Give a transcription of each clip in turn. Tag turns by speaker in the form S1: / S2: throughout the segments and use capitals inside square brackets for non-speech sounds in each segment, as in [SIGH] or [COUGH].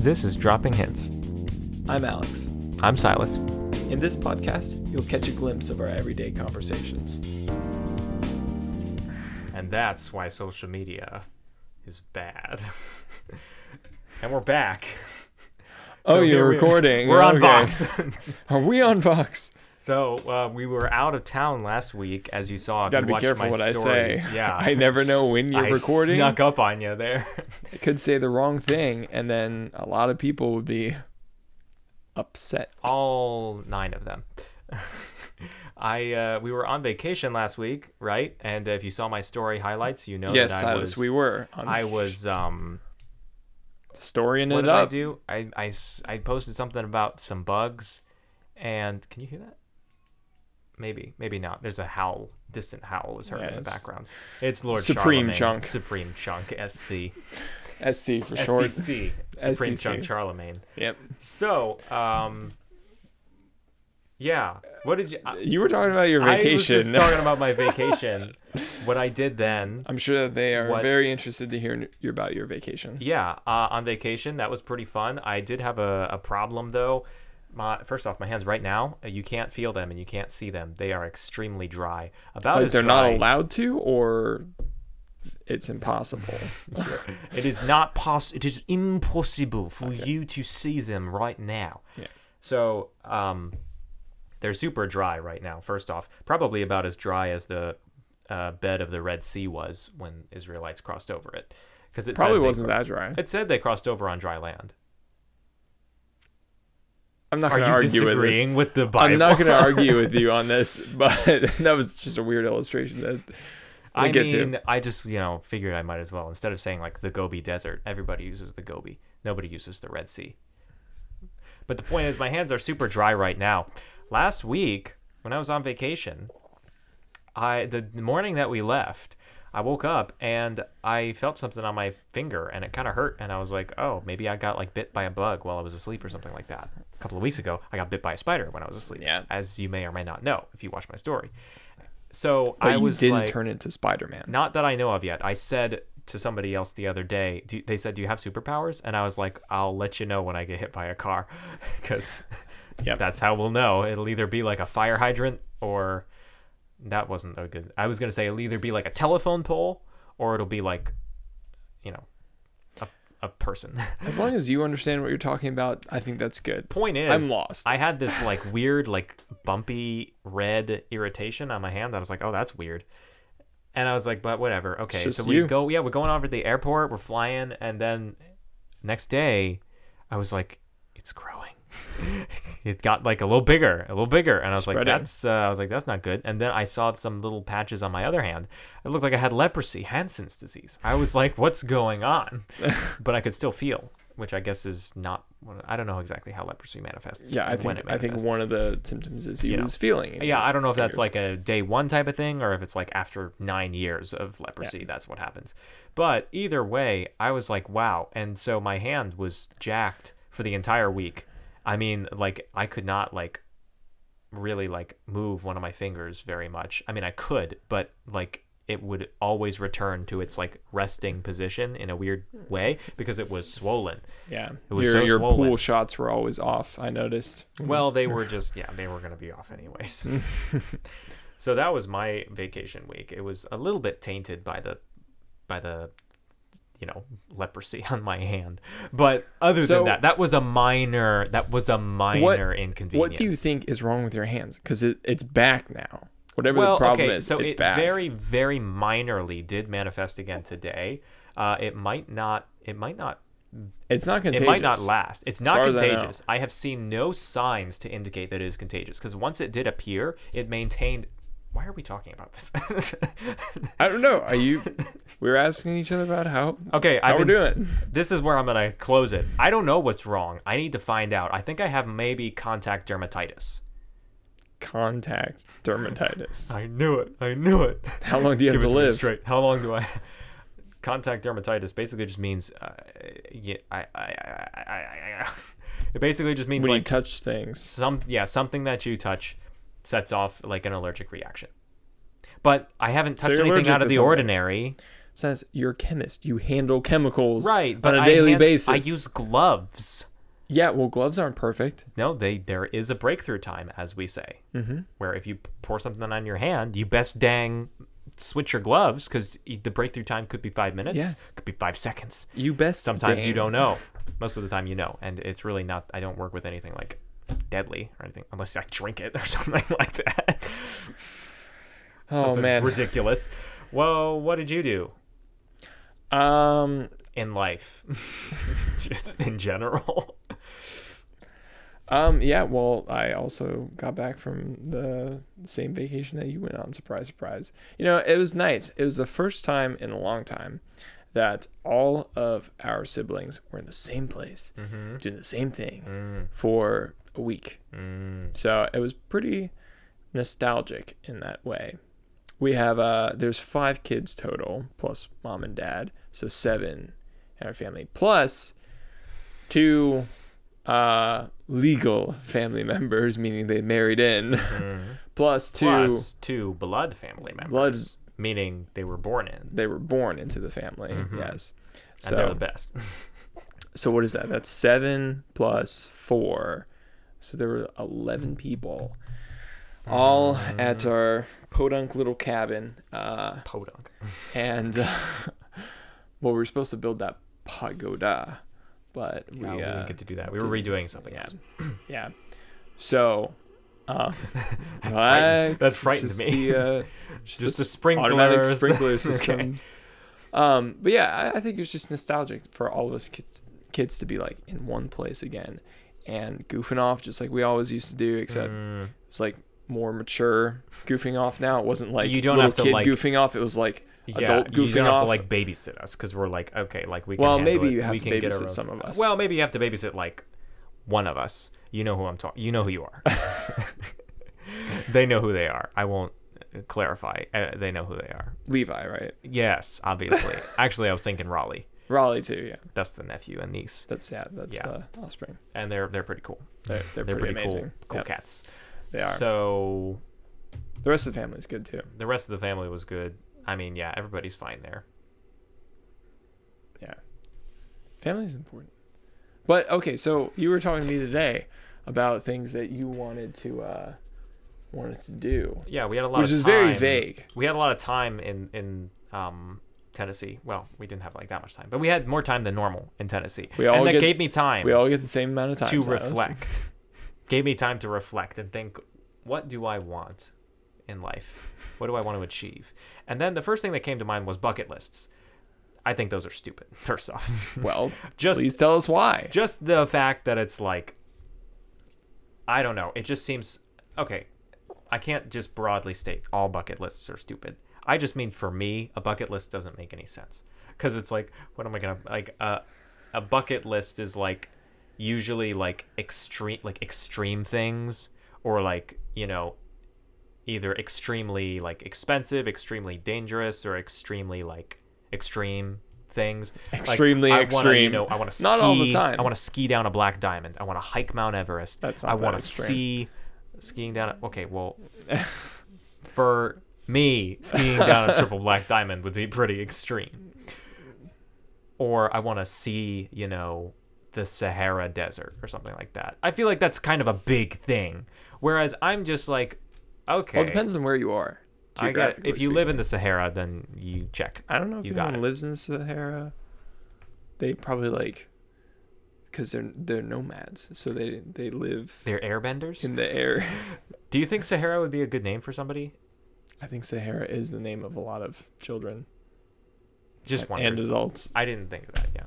S1: This is Dropping Hints.
S2: I'm Alex.
S1: I'm Silas.
S2: In this podcast, you'll catch a glimpse of our everyday conversations.
S1: And that's why social media is bad. [LAUGHS] and we're back. So
S2: oh,
S1: here
S2: you're
S1: we- [LAUGHS]
S2: recording.
S1: We're on
S2: Okay.
S1: Vox.
S2: Are we on Vox?
S1: so uh, we were out of town last week, as you saw. If
S2: Gotta
S1: you
S2: be
S1: watched
S2: careful
S1: my
S2: what I
S1: stories.
S2: [LAUGHS] say.
S1: Yeah.
S2: I never know when you're
S1: I
S2: recording.
S1: snuck up on you there. [LAUGHS]
S2: I could say the wrong thing, and then a lot of people would be upset.
S1: all nine of them. [LAUGHS] I uh, we were on vacation last week, right? And if you saw my story highlights, you know
S2: yes,
S1: that I
S2: Silas,
S1: was
S2: we were. I'm
S1: I was um
S2: storying
S1: what
S2: it
S1: did I
S2: up.
S1: do? I, I s- I posted something about some bugs, and can you hear that? Maybe maybe not. There's a howl, distant howl was heard in the
S2: Yes.
S1: background. It's Lord
S2: Supreme
S1: Charlemagne,
S2: Chunk.
S1: Supreme Chunk, SC,
S2: SC for short.
S1: SCC, Supreme
S2: SCC.
S1: Chunk Charlemagne.
S2: Yep.
S1: So um, yeah, what did you? I,
S2: You were talking about your
S1: I was
S2: vacation.
S1: just talking about my vacation. what I did then.
S2: [LAUGHS] I'm sure that they are
S1: What-
S2: very interested to hear n- about your vacation.
S1: Yeah, uh, on vacation that was pretty fun. I did have a, a problem though. My first off, my hands right now uh, you can't feel them and you can't see them. They are extremely dry. About
S2: Like
S1: as
S2: they're not
S1: dry-
S2: allowed to, or
S1: [LAUGHS]
S2: it's impossible.
S1: it is not poss. It is impossible for you to see them right now.
S2: Yeah.
S1: So um, they're super dry right now. First off, probably about as dry as the uh, bed of the Red Sea was when Israelites crossed over it, because it
S2: Probably
S1: said they
S2: wasn't that dry.
S1: It said they crossed over on dry land.
S2: I'm not
S1: Are
S2: going to
S1: you
S2: argue with this.
S1: disagreeing with, the Bible?
S2: I'm not
S1: [LAUGHS]
S2: going to argue with you on this, [LAUGHS] but that was just a weird illustration. That
S1: I
S2: get to.
S1: mean, I just you know figured I might as well instead of saying like the Gobi Desert. Everybody uses the Gobi. Nobody uses the Red Sea. But the point is, my hands are super dry right now. Last week, when I was on vacation, I the the morning that we left, I woke up and I felt something on my finger, and it kind of hurt. And I was like, "Oh, maybe I got like bit by a bug while I was asleep or something like that." A couple of weeks ago, I got bit by a spider when I was asleep,
S2: Yeah.
S1: as you may or may not know if you watch my story. So
S2: but
S1: I
S2: you
S1: was
S2: didn't
S1: like,
S2: turn into Spider-Man.
S1: not that I know of yet. I said to somebody else the other day, do, they said, "Do you have superpowers?" And I was like, "I'll let you know when I get hit by a car, [LAUGHS] because
S2: Yep.
S1: that's how we'll know. It'll either be like a fire hydrant, or that wasn't a good. I was gonna say it'll either be like a telephone pole, or it'll be like, you know, a a person. [LAUGHS]
S2: As long as you understand what you're talking about, I think that's good.
S1: Point is,
S2: I'm lost.
S1: I had this like weird, like bumpy red irritation on my hand. I was like, "Oh, that's weird," and I was like, "But whatever, okay."
S2: just
S1: So we
S2: you.
S1: go, yeah, we're going over to the airport. We're flying, and then next day, I was like, "It's growing." [LAUGHS] it got like a little bigger, a little bigger, and I was like,
S2: Spreading.
S1: "That's," uh, I was like, "That's not good." And then I saw some little patches on my other hand. It looked like I had leprosy, Hansen's disease. I was like, "What's going on?" but I could still feel. Which I guess is not. I don't know exactly how leprosy manifests.
S2: yeah, I
S1: and when
S2: think
S1: it
S2: I think
S1: manifests.
S2: one of the symptoms is he
S1: You know.
S2: was feeling. it.
S1: Yeah, I don't know if that's
S2: fingers.
S1: like a day one type of thing or if it's like after nine years of leprosy, that's what happens. But either way, I was like, wow. And so my hand was jacked for the entire week. I mean, like, I could not, like, really, like, move one of my fingers very much. I mean, I could, but, like, it would always return to its, like, resting position in a weird
S2: Hmm.
S1: way because it was swollen.
S2: yeah.
S1: was
S2: your
S1: so
S2: your
S1: swollen.
S2: pool shots were always off. I noticed.
S1: Well, they were just yeah, they were gonna be off
S2: [LAUGHS]
S1: anyways. so that was my vacation week. It was a little bit tainted by the by the you know leprosy [LAUGHS] on my hand, but other
S2: So-
S1: than that, that was a minor that was a minor inconvenience.
S2: What do you think is wrong with your hands? Because it, it's back now. Whatever
S1: Well,
S2: the problem
S1: okay,
S2: is,
S1: so
S2: it's
S1: it
S2: back.
S1: very very minorly did manifest again today. Uh, it might not. It might not
S2: it's not contagious.
S1: It might not last. It's not
S2: far as I know.
S1: contagious. I, have seen no signs to indicate that it is contagious because once it did appear, it maintained. Why are we talking about this?
S2: I don't know.
S1: [LAUGHS]
S2: Are you? we were asking each other about how
S1: okay,
S2: how
S1: I've
S2: we're
S1: been,
S2: doing.
S1: This is where I'm gonna close it. I don't know what's wrong. I need to find out. I think I have maybe contact dermatitis.
S2: Contact
S1: [LAUGHS]
S2: dermatitis.
S1: I knew it. I knew it.
S2: How long do you have
S1: Give it
S2: to
S1: to me
S2: live?
S1: straight. How long do I? Contact dermatitis basically just means, uh, yeah, I, I, I, I, I, I, it basically just means
S2: When
S1: like
S2: you touch things,
S1: some yeah something that you touch sets off like an allergic reaction but i haven't touched
S2: you're
S1: anything
S2: allergic
S1: out of
S2: to
S1: the
S2: something.
S1: ordinary
S2: sense. You're a chemist. You handle chemicals
S1: Right,
S2: on
S1: but
S2: a
S1: I
S2: daily
S1: hand-
S2: basis.
S1: I use gloves.
S2: yeah, well, gloves aren't perfect.
S1: No, they there is a breakthrough time, as we say, mm-hmm. where if you p- pour something on your hand, you best dang switch your gloves because the breakthrough time could be five minutes,
S2: Yeah.
S1: could be five seconds.
S2: You best
S1: Sometimes you
S2: damn-
S1: don't know. Most of the time, you know, and it's really not. I don't work with anything like deadly or anything unless I drink it or [LAUGHS] something like that.
S2: Oh
S1: something
S2: man.
S1: ridiculous. Well, what did you do
S2: Um,
S1: in life, [LAUGHS] just in general?
S2: Um, yeah, well, I also got back from the same vacation that you went on. Surprise, surprise. You know, it was nice. It was the first time in a long time that all of our siblings were in the same place, doing the same thing for a week.
S1: Mm.
S2: So it was pretty nostalgic in that way. We have, uh, there's five kids total, plus mom and dad. So seven in our family, plus two uh legal family [LAUGHS] members meaning they married in [LAUGHS] plus two
S1: Mm-hmm. Plus two blood family members,
S2: blood
S1: meaning they were born in.
S2: they were born into the family yes
S1: Mm-hmm. And they're the
S2: so
S1: best. [LAUGHS]
S2: so what is that that's seven plus four so there were 11 people all at
S1: Uh-huh.
S2: our podunk little cabin uh
S1: Podunk.
S2: and uh, [LAUGHS] well we were supposed to build that pagoda but we,
S1: Yeah, we
S2: uh,
S1: didn't get to do that. We were redoing something
S2: yeah.
S1: else.
S2: [CLEARS THROAT] yeah. So,
S1: [LAUGHS]
S2: uh,
S1: frightened- that
S2: relax,
S1: frightened
S2: just
S1: me. [LAUGHS]
S2: The, uh,
S1: Just the
S2: automatic
S1: sprinklers. [LAUGHS]
S2: sprinkler [LAUGHS]
S1: Okay.
S2: systems. Um, but yeah, I, I think it was just nostalgic for all of us kids, kids to be like in one place again and goofing off just like we always used to do, except
S1: Mm.
S2: it's like more mature goofing off now. It wasn't like
S1: You don't
S2: little
S1: have to,
S2: kid
S1: like-
S2: goofing off. It was like
S1: Yeah,
S2: adult goofing
S1: you don't
S2: off.
S1: have to like babysit us because we're like okay, like we. Can
S2: Well,
S1: handle
S2: maybe
S1: it.
S2: you have
S1: we
S2: to
S1: can get
S2: babysit
S1: our own-
S2: some of us.
S1: Well, maybe you have to babysit like one of us. You know who I'm talking. You know who you
S2: [LAUGHS]
S1: are. [LAUGHS] they know who they are. I won't uh, clarify. Uh, they know who they are.
S2: Levi, right?
S1: Yes,
S2: [LAUGHS]
S1: obviously. Actually, I was thinking Raleigh.
S2: Raleigh too. Yeah,
S1: That's the nephew and niece,
S2: that's yeah, that's
S1: Yeah.
S2: the offspring.
S1: and they're they're pretty cool.
S2: They're, they're,
S1: They're
S2: pretty,
S1: pretty,
S2: amazing.
S1: cool, cool
S2: Yep,
S1: cats.
S2: They are.
S1: So
S2: the rest of the family's good too.
S1: the rest of the family was good. I mean, yeah, everybody's fine there.
S2: Yeah. Family is important. But okay, so you were talking to me today about things that you wanted to uh wanted to do.
S1: Yeah, we had a lot
S2: Which
S1: of
S2: is very
S1: time.
S2: vague.
S1: We had a lot of time in in um, Tennessee. Well, we didn't have like that much time, but we had more time than normal in Tennessee.
S2: We all
S1: and that
S2: get-
S1: gave me time
S2: We all get the same amount of time
S1: to
S2: so that's-
S1: reflect. gave me time to reflect and think, what do I want in life? What do I want to achieve? And then the first thing that came to mind was bucket lists. I think those are stupid. [LAUGHS] First off,
S2: Well,
S1: [LAUGHS] Just-
S2: please tell us why.
S1: just the fact that it's like i don't know it just seems okay i can't just broadly state all bucket lists are stupid i just mean for me a bucket list doesn't make any sense because it's like what am i gonna like uh, a bucket list is like usually like extreme like extreme things or like you know either extremely like expensive extremely dangerous or extremely like extreme things Like,
S2: Extremely
S1: I wanna, you
S2: extreme.
S1: know i want to
S2: Not all the time.
S1: i want to ski down a black diamond i want to hike mount everest
S2: That's not
S1: i
S2: that
S1: want to
S2: extreme.
S1: see skiing down a, okay well for me skiing down a triple
S2: [LAUGHS]
S1: black diamond would be pretty extreme or I want to see, you know, the Sahara Desert or something like that. I feel like that's kind of a big thing. Whereas I'm just like, okay,
S2: Well, it depends on where you are.
S1: I get
S2: geographically
S1: if you
S2: speaking. Uh,
S1: live in the Sahara, then you check.
S2: I don't know if
S1: you got
S2: anyone
S1: it.
S2: lives in the Sahara. They probably like cuz they're they're nomads, so they they live
S1: They're airbenders.
S2: in the
S1: [LAUGHS]
S2: air.
S1: Do you think Sahara would be a good name for somebody?
S2: I think Sahara is the name of a lot of children
S1: Just one.
S2: and adults.
S1: I didn't think of that yet.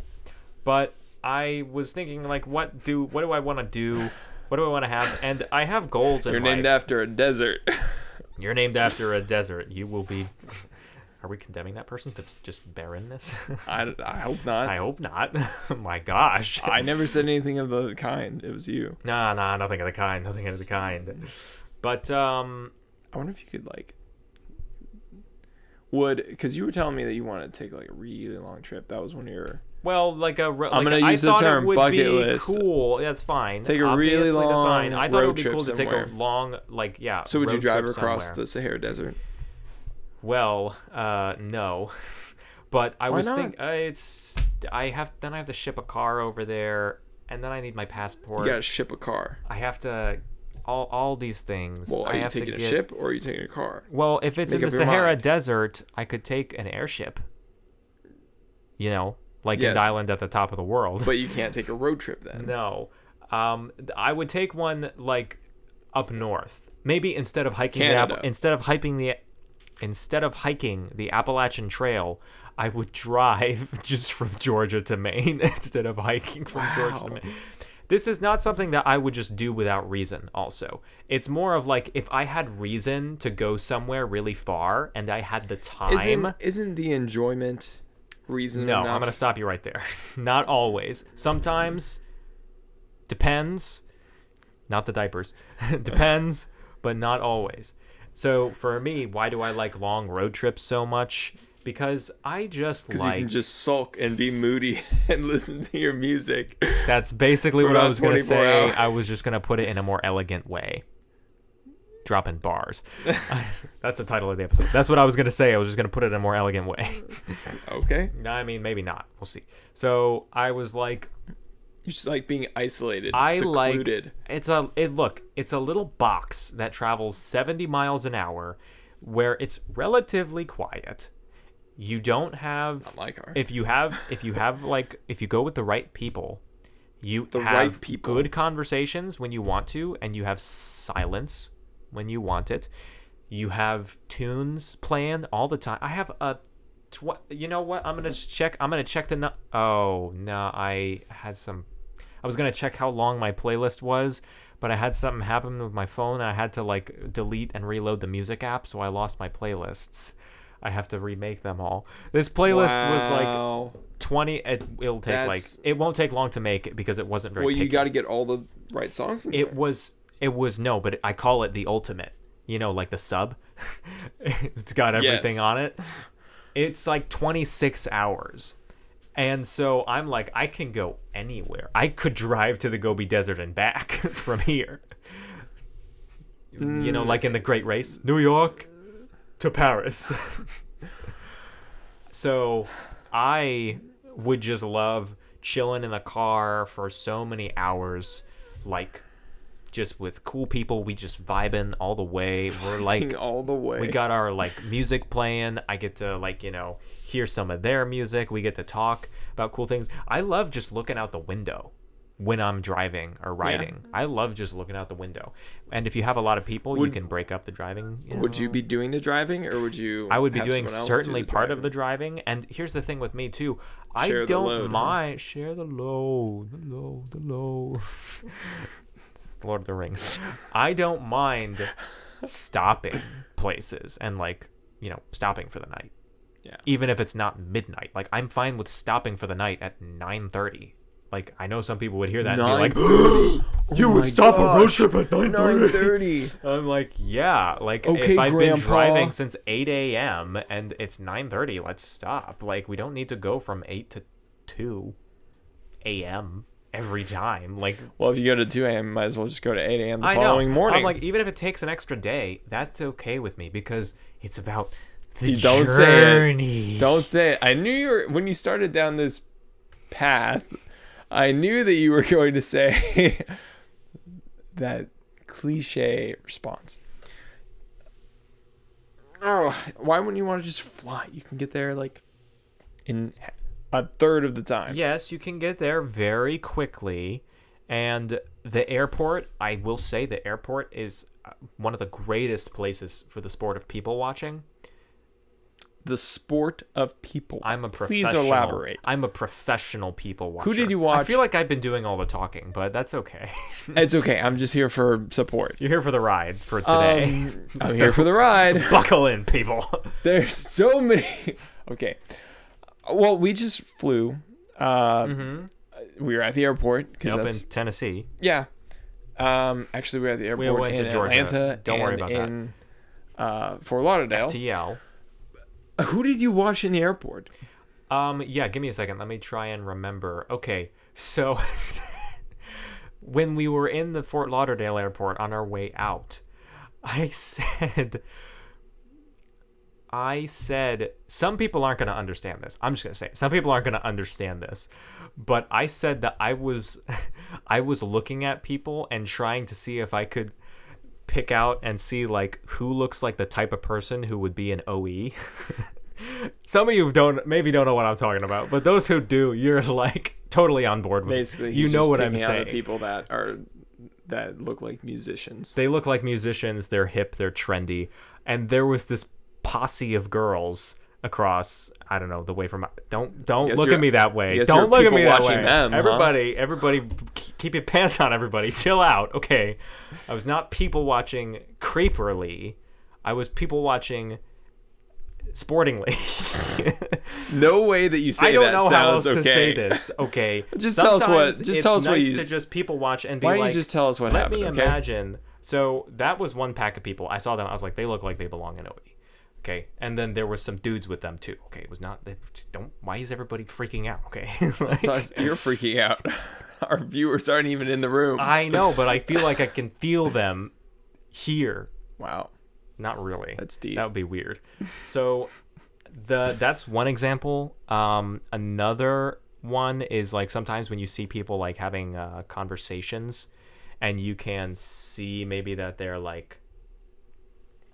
S1: But I was thinking like, what do what do I want to do? What do I want to have? And I have goals in
S2: You're
S1: life.
S2: named after a desert. [LAUGHS]
S1: You're named after a desert. You will be. [LAUGHS] Are we condemning that person to just barrenness?
S2: I, I hope
S1: [LAUGHS]
S2: not. [LAUGHS]
S1: I
S2: I,
S1: hope not. [LAUGHS] My gosh.
S2: never said anything of the kind. It was you.
S1: [LAUGHS] Nah, nah, nothing of the kind. Nothing of the kind. But um,
S2: I wonder if you could like would because you were telling me that you want to take like a really long trip. That was one of your
S1: well, like a. re- Like,
S2: I'm gonna
S1: I
S2: use the
S1: thought
S2: term
S1: it would
S2: bucket
S1: be
S2: list.
S1: cool. That's fine.
S2: Take a really
S1: Obviously, That's fine.
S2: long
S1: I thought it
S2: road
S1: would be
S2: trip
S1: cool to take a
S2: somewhere.
S1: long, like, yeah.
S2: So would you
S1: road
S2: drive
S1: trip
S2: across
S1: somewhere.
S2: the Sahara Desert?
S1: Well, uh, no. [LAUGHS] But I
S2: Why
S1: was
S2: not?
S1: thinking uh, it's I have then I have to ship a car over there, and then I need my passport.
S2: You gotta ship a car.
S1: I have to all all these things.
S2: Well, are
S1: I
S2: you
S1: have to
S2: taking a
S1: get-
S2: ship or are you taking a car?
S1: Well, if it's
S2: Make
S1: in the
S2: up your
S1: Sahara
S2: mind.
S1: Desert, I could take an airship. You know, like
S2: Yes.
S1: an island at the top of the world.
S2: But you can't take a road trip then.
S1: no, um, th- I would take one like up north. Maybe instead of hiking the App-
S2: Canada.
S1: instead of hiking the instead of hiking the Appalachian Trail, I would drive [LAUGHS] just from Georgia to Maine [LAUGHS] instead of hiking from Georgia to
S2: Wow.
S1: Maine. This is not something that I would just do without reason also. It's more of like if I had reason to go somewhere really far and I had the time.
S2: Isn't, isn't the enjoyment reason
S1: No,
S2: enough?
S1: I'm going to stop you right there. [LAUGHS] Not always. Sometimes depends. Not the diapers. [LAUGHS] depends, but not always. So for me, why do I like long road trips so much? Because I just
S2: Because you
S1: like
S2: can just sulk and be moody [LAUGHS] and listen to your music.
S1: that's
S2: [LAUGHS]
S1: basically what I
S2: about
S1: was going to
S2: 24
S1: say.
S2: hours.
S1: I was just going to put it in a more elegant way. Dropping
S2: [LAUGHS]
S1: bars. that's the title of the episode. That's what I was going to say. I was just going to put it in a more elegant way. [LAUGHS]
S2: Okay.
S1: no, I mean maybe not. We'll see. So I was like
S2: You just like being isolated,
S1: I
S2: secluded.
S1: like it's a it look, it's a little box that travels 70 miles an hour where it's relatively quiet. You don't have
S2: my car.
S1: if you have if you have like if you go with the right people, you
S2: The
S1: have
S2: right people.
S1: good conversations when you want to and you have silence when you want it. You have tunes playing all the time. I have a tw- you know what? I'm going to check I'm going to check the nu- Oh, no, I had some I was gonna check how long my playlist was, but I had something happen with my phone. And I had to like delete and reload the music app, so I lost my playlists. I have to remake them all. This playlist was like
S2: Wow.
S1: 20. It, it'll take
S2: That's-
S1: like it won't take long to make it because it wasn't very.
S2: Well, you
S1: picky.
S2: got to get all the right songs. In
S1: It was. It was no, but I call it the ultimate. You know, like the sub. [LAUGHS] it's got everything
S2: Yes.
S1: on it. It's like 26 hours. And so I'm like, I can go anywhere. I could drive to the Gobi Desert and back [LAUGHS] from here. You know, like in the Great Race, New York to Paris. [LAUGHS] so I would just love chilling in the car for so many hours, like just with cool people. We just vibing all the way. We're like
S2: there. [LAUGHS] all the way.
S1: we got our like music playing i get to like you know hear some of their music we get to talk about cool things i love just looking out the window when i'm driving or riding i love just looking out the window and if you have a lot of people you
S2: Would-
S1: can break up the driving you
S2: Would
S1: know.
S2: you be doing the driving, or would you?
S1: i would be
S2: have
S1: doing
S2: someone else
S1: certainly
S2: do the
S1: part
S2: driving?
S1: of the driving and here's the thing with me too i
S2: Share the
S1: don't
S2: load, huh?
S1: mind share the load the load the load [LAUGHS] lord of the rings i don't mind stopping places and like you know stopping for the night
S2: Yeah.
S1: even if it's not midnight like i'm fine with stopping for the night at 9.30 like i know some people would hear that and be like
S2: you would stop a road trip at nine
S1: 9:30. [LAUGHS]
S2: thirty.
S1: i'm like yeah like
S2: Okay,
S1: if i've been
S2: Grandpa.
S1: driving since 8 a.m and it's 9.30 let's stop like we don't need to go from 8 to 2 a.m every time like
S2: Well, if you go to two a.m., might as well just go to eight a.m. the
S1: I
S2: following
S1: know.
S2: morning.
S1: I'm like, even if it takes an extra day, that's okay with me because it's about the
S2: You don't say it.
S1: journey.
S2: Don't say it. I knew you were when you started down this path. I knew that you were [LAUGHS] going to say that cliche response. Oh, why wouldn't you want to just fly? You can get there like in a third of the time.
S1: Yes, you can get there very quickly, and the airport. I will say the airport is uh, one of the greatest places for the sport of people watching.
S2: The sport of people.
S1: I'm a
S2: Please
S1: professional. [LAUGHS]
S2: elaborate.
S1: I'm a professional people watcher.
S2: did you
S1: I
S2: watch?
S1: feel like I've been doing all the talking, but that's okay. [LAUGHS]
S2: It's okay. I'm just here for support.
S1: You're here for the ride for
S2: Um,
S1: today. [LAUGHS]
S2: I'm
S1: So,
S2: here for the
S1: [LAUGHS]
S2: ride.
S1: buckle in, people.
S2: There's so many. Okay. Well, we just flew. Uh,
S1: Mm-hmm.
S2: We were at the airport because
S1: Up in
S2: [LAUGHS] that's
S1: Tennessee.
S2: yeah. Um, actually, we were at the airport
S1: went
S2: in
S1: to Georgia.
S2: Atlanta.
S1: Don't worry
S2: and
S1: about that.
S2: in, that. Uh, Fort Lauderdale.
S1: TL.
S2: Who did you watch in the airport?
S1: Um, yeah, give me a second. Let me try and remember. Okay, so [LAUGHS] when we were in the Fort [LAUGHS] Lauderdale airport on our way out, I said, I said some people aren't going to understand this. I'm just going to say it. some people aren't going to understand this. But I said that I was [LAUGHS] I was looking at people and trying to see if I could pick out and see like who looks like the type of person who would be an OE. [LAUGHS] some of you don't maybe don't know what I'm talking about, but those who do, you're like totally on board with it.
S2: Basically,
S1: you
S2: he's
S1: know
S2: just
S1: what I'm
S2: picking out the
S1: saying.
S2: people that are that look like musicians.
S1: They look like musicians. They're hip. They're trendy. And there was this posse of girls across. I don't know the way from. Don't don't
S2: Yes,
S1: look
S2: you're-
S1: at me that way.
S2: yes,
S1: Don't
S2: you're
S1: look at
S2: people
S1: me that way.
S2: watching them, huh?
S1: everybody, everybody, keep your pants on. Everybody, chill out. Okay, I was not people watching creeperly. I was people watching sportingly. [LAUGHS]
S2: no way that you say
S1: I don't
S2: that
S1: know how else
S2: sounds
S1: to say
S2: okay. [LAUGHS]
S1: this. Okay,
S2: Just tell us what-
S1: Sometimes
S2: just
S1: it's
S2: tell us
S1: nice
S2: what you-
S1: to just people watch and be
S2: Why don't
S1: like.
S2: you just tell us what
S1: Let
S2: happened?
S1: me
S2: okay.
S1: imagine. So that was one pack of people. I saw them. I was like, they look like they belong in OE. Okay. And then there was some dudes with them too. Okay. It was not. They just don't. Why is everybody freaking out? Okay. [LAUGHS] Like,
S2: So I- [LAUGHS] You're freaking out. Our viewers aren't even in the room.
S1: I know, but I feel like I can feel them here.
S2: wow.
S1: Not really.
S2: That's deep.
S1: That would be weird. So the that's one example. Um, another one is like sometimes when you see people like having uh, conversations, and you can see maybe that they're like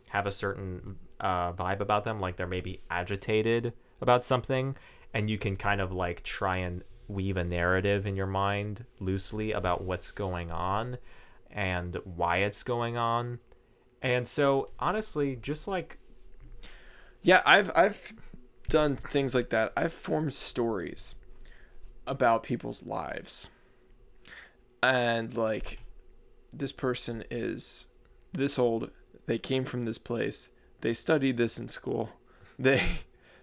S1: have a certain uh, vibe about them, like they're maybe agitated about something, and you can kind of like try and weave a narrative in your mind loosely about what's going on and why it's going on. And so, honestly, just like
S2: Yeah, I've I've done things like that. I've formed stories about people's lives. And like this person is this old, they came from this place, they studied this in school. [LAUGHS] They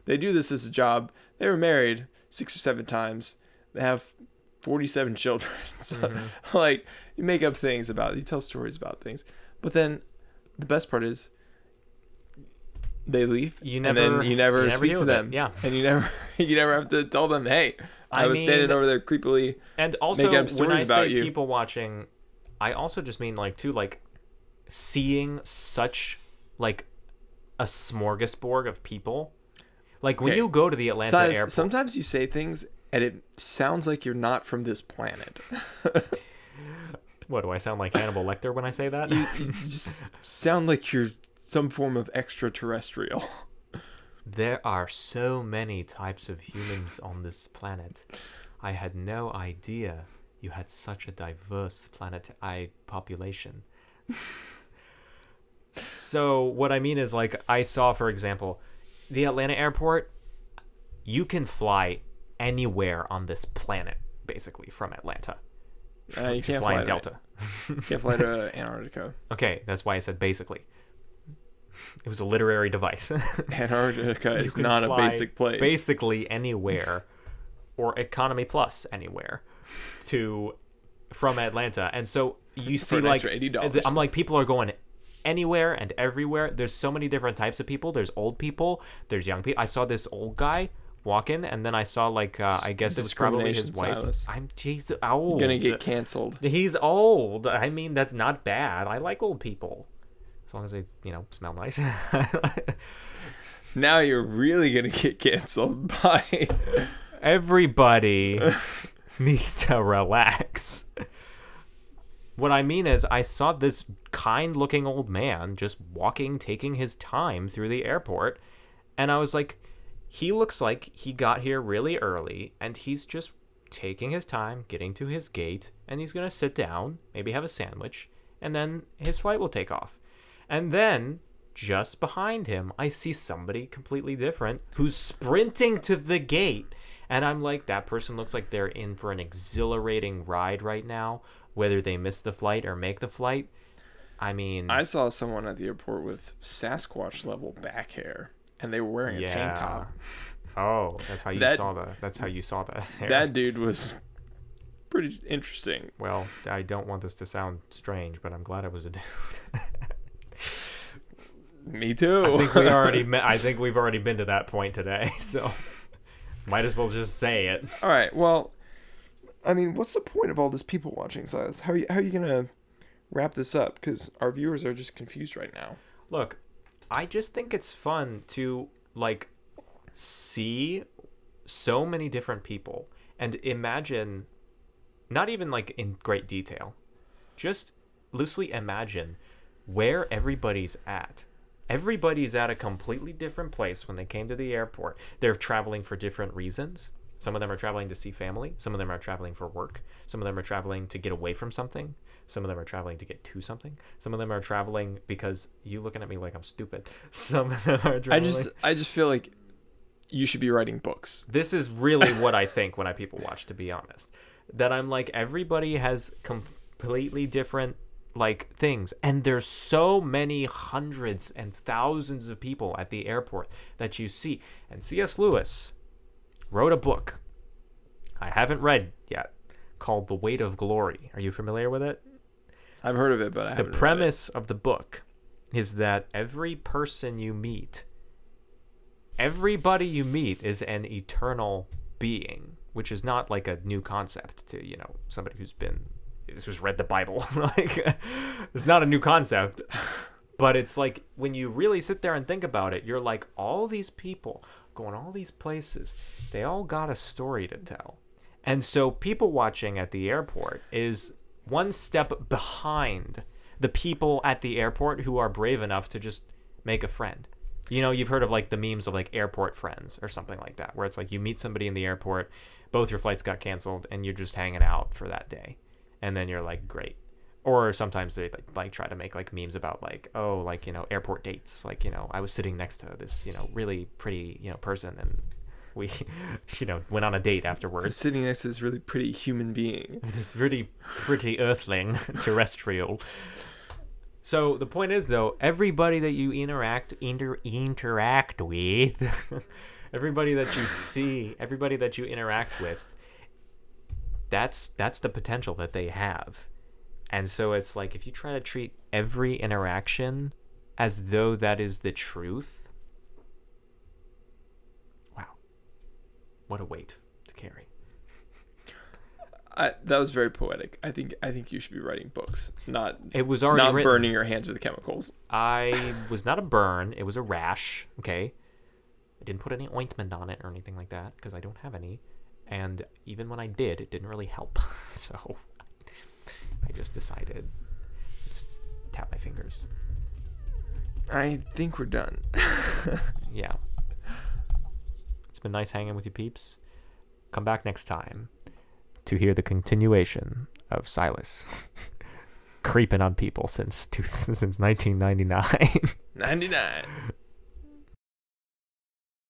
S2: they do this as a job. They were married 6 or 7 times. They have 47 [LAUGHS] children. So
S1: Mm-hmm.
S2: like you make up things about, you tell stories about things. But then the best part is they leave
S1: You
S2: and
S1: never-
S2: then you never
S1: you never
S2: speak
S1: deal
S2: to
S1: with it,
S2: them
S1: yeah.
S2: and you never [LAUGHS] you never have to tell them hey i,
S1: I
S2: was
S1: mean-
S2: standing over there creepily
S1: And also,
S2: up
S1: when I
S2: stories
S1: say
S2: about you.
S1: people watching, I also just mean like too, like seeing such like a smorgasbord of people. Like when
S2: Okay.
S1: you go to the Atlanta airport,
S2: sometimes, sometimes you say things and it sounds like you're not from this planet
S1: what do I sound like Hannibal Lecter when I say that?
S2: [LAUGHS] you, you just sound like you're some form of
S1: [LAUGHS]
S2: extraterrestrial
S1: there are so many types of humans on this planet. I had no idea you had such a diverse planet I population. so what I mean is like I saw for example the Atlanta airport you can fly anywhere on this planet basically from Atlanta.
S2: uh, you can't
S1: fly
S2: fly,
S1: in
S2: to-
S1: Delta.
S2: you can't
S1: [LAUGHS]
S2: fly to antarctica
S1: Okay, that's why I said basically. It was a literary device. [LAUGHS]
S2: antarctica
S1: You
S2: is
S1: can
S2: not a
S1: fly
S2: basic place
S1: Basically anywhere, or economy plus anywhere, to from Atlanta, and so you see
S2: an
S1: like
S2: extra $80.
S1: I'm like people are going anywhere and everywhere. There's so many different types of people. There's old people. There's young people. I saw this old guy walk in, and then I saw like uh, I guess it was probably his wife.
S2: Discrimination, Silas.
S1: I'm Jesus. Old.
S2: gonna get canceled
S1: He's old. I mean, that's not bad. I like old people, as long as they you know smell nice. [LAUGHS]
S2: now you're really gonna get canceled [LAUGHS] by
S1: everybody needs to relax. What I mean is, I saw this kind looking old man just walking, taking his time through the airport, and I was like, he looks like he got here really early, and he's just taking his time, getting to his gate, and he's gonna sit down, maybe have a sandwich, and then his flight will take off. And then, just behind him, I see somebody completely different who's sprinting to the gate. And I'm like, that person looks like they're in for an exhilarating ride right now, whether they miss the flight or make the flight. I mean,
S2: I saw someone at the airport with Sasquatch level back hair, and they were wearing a
S1: Yeah.
S2: tank top.
S1: oh, that's how you
S2: That-
S1: saw the. That's how you saw the. [LAUGHS] hair.
S2: That dude was pretty interesting.
S1: well, I don't want this to sound strange, but I'm glad it was
S2: [LAUGHS]
S1: a [LAUGHS] dude.
S2: Me too.
S1: I think we already. Me- I think we've already been to that point today, [LAUGHS] so might as well just say it.
S2: [LAUGHS] all right. Well, I mean, what's the point of all this people watching, Silas? How are you, how are you gonna wrap this up? Because our viewers are just confused right now.
S1: Look, I just think it's fun to like see so many different people and imagine not even like in great detail just loosely imagine where everybody's at everybody's at a completely different place when they came to the airport they're traveling for different reasons some of them are traveling to see family some of them are traveling for work some of them are traveling to get away from something some of them are traveling to get to something some of them are traveling because you looking at me like i'm stupid [LAUGHS] some of them are traveling
S2: I just I just feel like you should be writing books.
S1: this is really what I think when I people watch, to be honest. That I'm like, everybody has completely different like things and there's so many hundreds and thousands of people at the airport that you see and cs lewis wrote a book i haven't read yet called the weight of glory are you familiar with it
S2: I've heard of it, but I
S1: the
S2: haven't. read it.
S1: premise of the book is that every person you meet, everybody you meet is an eternal being, which is not like a new concept to, you know, somebody who's been who's read the Bible. [LAUGHS] like it's not a new concept. But it's like when you really sit there and think about it, you're like all these people going all these places, they all got a story to tell. And so people watching at the airport is one step behind the people at the airport who are brave enough to just make a friend. You know, you've heard of like the memes of like airport friends or something like that, where it's like you meet somebody in the airport, both your flights got canceled, and you're just hanging out for that day. And then you're like, great. Or sometimes they like, like try to make like memes about like, oh, like, you know, airport dates. Like, you know, I was sitting next to this, you know, really pretty, you know, person and we, [LAUGHS] you know, went on a date
S2: I'm
S1: afterwards
S2: sitting next to this really pretty human being.
S1: this really pretty earthling [LAUGHS] terrestrial so the point is though everybody that you interact inter- interact with [LAUGHS] everybody that you see everybody that you interact with that's that's the potential that they have and so it's like if you try to treat every interaction as though that is the truth wow what a weight to carry
S2: I, that was very poetic. I think I think you should be writing books, not
S1: it was already
S2: not
S1: written.
S2: burning your hands with chemicals.
S1: I was not a burn. It was a rash. Okay. I didn't put any ointment on it or anything like that because I don't have any. And even when I did, it didn't really help. [LAUGHS] So I just decided just tap my fingers.
S2: I think we're [LAUGHS] done.
S1: Yeah. It's been nice hanging with you peeps. Come back next time to hear the continuation of Silas [LAUGHS] creeping on people since two, since 1999.
S2: Ninety nine.